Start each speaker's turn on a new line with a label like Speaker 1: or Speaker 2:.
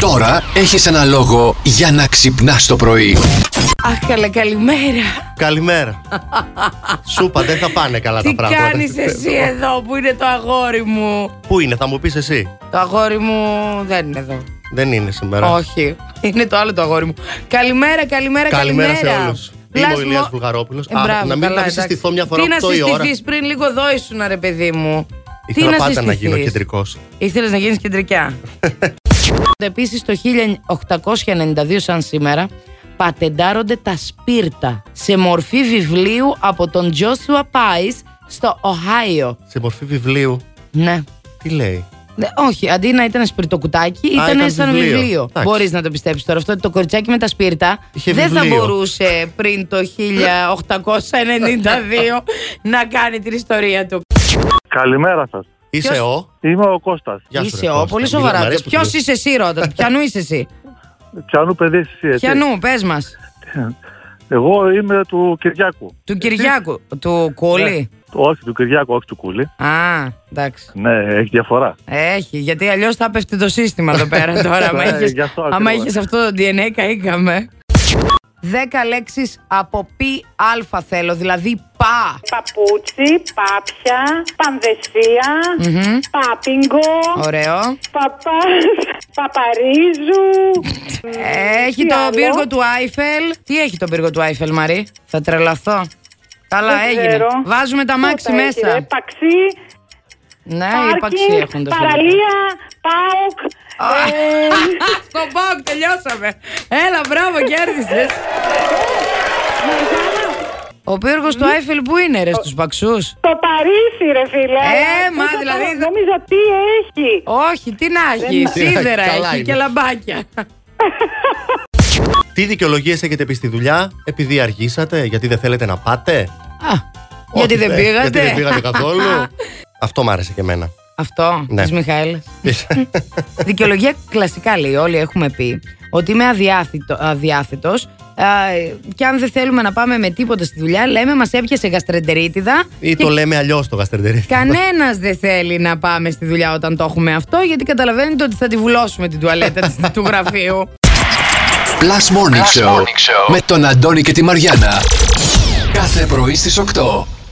Speaker 1: Τώρα έχεις ένα λόγο για να ξυπνάς το πρωί.
Speaker 2: Αχ, καλά, καλημέρα.
Speaker 3: Καλημέρα. Σούπα, δεν θα πάνε καλά
Speaker 2: Τι
Speaker 3: τα πράγματα.
Speaker 2: κάνεις εσύ ε? εδώ που είναι το αγόρι μου.
Speaker 3: Πού είναι, θα μου πεις εσύ.
Speaker 2: Το αγόρι μου δεν είναι εδώ.
Speaker 3: Δεν είναι σήμερα.
Speaker 2: Όχι. Είναι το άλλο το αγόρι μου. Καλημέρα, καλημέρα, καλημέρα.
Speaker 3: Καλημέρα σε όλους. Είμαι ο Ηλίας Βουλγαρόπουλος.
Speaker 2: Ε,
Speaker 3: Α,
Speaker 2: μπράβο,
Speaker 3: να
Speaker 2: καλά,
Speaker 3: μην- να μην
Speaker 2: εντάξει.
Speaker 3: συστηθώ μια φορά
Speaker 2: Τι να
Speaker 3: 8 η ώρα.
Speaker 2: συστηθείς πριν λίγο εδώ ήσουν ρε παιδί μου.
Speaker 3: Ήθελα
Speaker 2: Τι
Speaker 3: πάντα να
Speaker 2: συστηθείς?
Speaker 3: γίνω κεντρικός.
Speaker 2: Ήθελες να γίνεις κεντρικιά. Επίσης το 1892 σαν σήμερα πατεντάρονται τα σπίρτα σε μορφή βιβλίου από τον Τζόσουα Πάις στο Οχάιο.
Speaker 3: Σε μορφή βιβλίου.
Speaker 2: Ναι.
Speaker 3: Τι λέει.
Speaker 2: Ναι, όχι, αντί να ήταν σπιρτοκουτάκι, ήταν,
Speaker 3: ήταν
Speaker 2: σαν
Speaker 3: βιβλίο.
Speaker 2: βιβλίο.
Speaker 3: Εντάξει.
Speaker 2: Μπορείς να το πιστέψεις τώρα αυτό. ότι Το κοριτσάκι με τα σπίρτα
Speaker 3: Είχε
Speaker 2: δεν θα
Speaker 3: βιβλίο.
Speaker 2: μπορούσε πριν το 1892 να κάνει την ιστορία του.
Speaker 4: Καλημέρα σας.
Speaker 3: Είσαι
Speaker 2: Ποιος-
Speaker 3: ο.
Speaker 4: Είμαι ο Κώστας.
Speaker 3: Γεια σου,
Speaker 2: είσαι
Speaker 3: ρε,
Speaker 2: ο,
Speaker 3: Κώστας.
Speaker 2: πολύ
Speaker 3: Μιλά- μ'
Speaker 2: σοβαρά.
Speaker 3: αρέσει που
Speaker 2: Ποιο
Speaker 3: μιλάς.
Speaker 2: είσαι εσύ, Ρώτα, πιανού είσαι εσύ.
Speaker 4: Πιανού παιδί εσύ. έτσι.
Speaker 2: Πιανού, πες μας.
Speaker 4: Εγώ είμαι του Κυριάκου.
Speaker 5: Ε,
Speaker 4: Ναι.
Speaker 2: Του Κυριάκου, του Κούλη.
Speaker 4: Όχι του Κυριάκου, όχι του Κούλη.
Speaker 5: Ναι.
Speaker 2: Α, εντάξει.
Speaker 4: Ναι, έχει διαφορά.
Speaker 2: Έχει, γιατί αλλιώς θα πέφτει το σύστημα εδώ πέρα τώρα. άμα
Speaker 4: Ε,
Speaker 2: έχεις,
Speaker 4: γι' αυτό
Speaker 2: άμα
Speaker 4: ακριβώς.
Speaker 2: έχεις αυτό το DNA, καήκαμε. 10 λέξεις από πι αλφα θέλω, δηλαδή πα.
Speaker 5: Παπούτσι, πάπια, πανδεσία, πάπιγκο,
Speaker 2: Ωραίο.
Speaker 5: παπα, παπαρίζου.
Speaker 2: Έχει
Speaker 5: Τι
Speaker 2: το
Speaker 5: άλλο?
Speaker 2: πύργο του Άιφελ. Τι έχει το πύργο του Άιφελ, Μαρή. Θα τρελαθώ. Καλά,
Speaker 5: Δεν
Speaker 2: έγινε.
Speaker 5: ξέρω.
Speaker 2: Βάζουμε τα μάξι
Speaker 5: Πότα έχει, ρε,
Speaker 2: μέσα.
Speaker 5: Παξί,
Speaker 2: Ναι, οι παξί έχουν
Speaker 5: πάρκινγκ,
Speaker 2: το φίλο.
Speaker 5: παραλία, πάοκ. ε,
Speaker 2: Στον Πάοκ τελειώσαμε. Έλα, μπράβο, κέρδισες. Ο πύργος του Άιφελ που είναι, ρε, στους παξούς.
Speaker 5: Το Παρίσι, ρε φίλε.
Speaker 2: Ε, μα,
Speaker 5: Ακούσα
Speaker 2: δηλαδή,
Speaker 5: τώρα,
Speaker 2: θα-
Speaker 5: Νόμιζα τι έχει.
Speaker 2: Όχι, τι να έχει.
Speaker 3: Τι να έχει,
Speaker 2: Σίδερα
Speaker 3: καλά
Speaker 2: έχει
Speaker 3: είναι.
Speaker 2: και λαμπάκια.
Speaker 3: Τι δικαιολογίες έχετε πει στη δουλειά, επειδή αργήσατε, γιατί δεν θέλετε να πάτε.
Speaker 2: Α, γιατί
Speaker 3: Όχι,
Speaker 2: δεν
Speaker 3: δε,
Speaker 2: πήγατε.
Speaker 3: Γιατί δεν πήγατε καθόλου. Αυτό μ' άρεσε και εμένα.
Speaker 2: Αυτό,
Speaker 3: Ναι.
Speaker 2: της Μιχαέλ. Δικαιολογία κλασικά λέει, όλοι έχουμε πει ότι είμαι αδιάθητο, αδιάθετος α, και αν δεν θέλουμε να πάμε με τίποτα στη δουλειά λέμε μας έπιασε γαστρεντερίτιδα
Speaker 3: Ή το λέμε αλλιώς το γαστερντερί.
Speaker 2: Κανένας δεν θέλει να πάμε στη δουλειά όταν το έχουμε αυτό, γιατί καταλαβαίνετε ότι θα τη βουλώσουμε την τουαλέτα της- του γραφείου.
Speaker 1: Plus Morning, Show, με τον Αντώνη και τη Μαριάνα. Κάθε πρωί στις 8.